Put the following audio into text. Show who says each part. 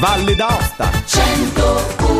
Speaker 1: Valle d'Aosta.
Speaker 2: 101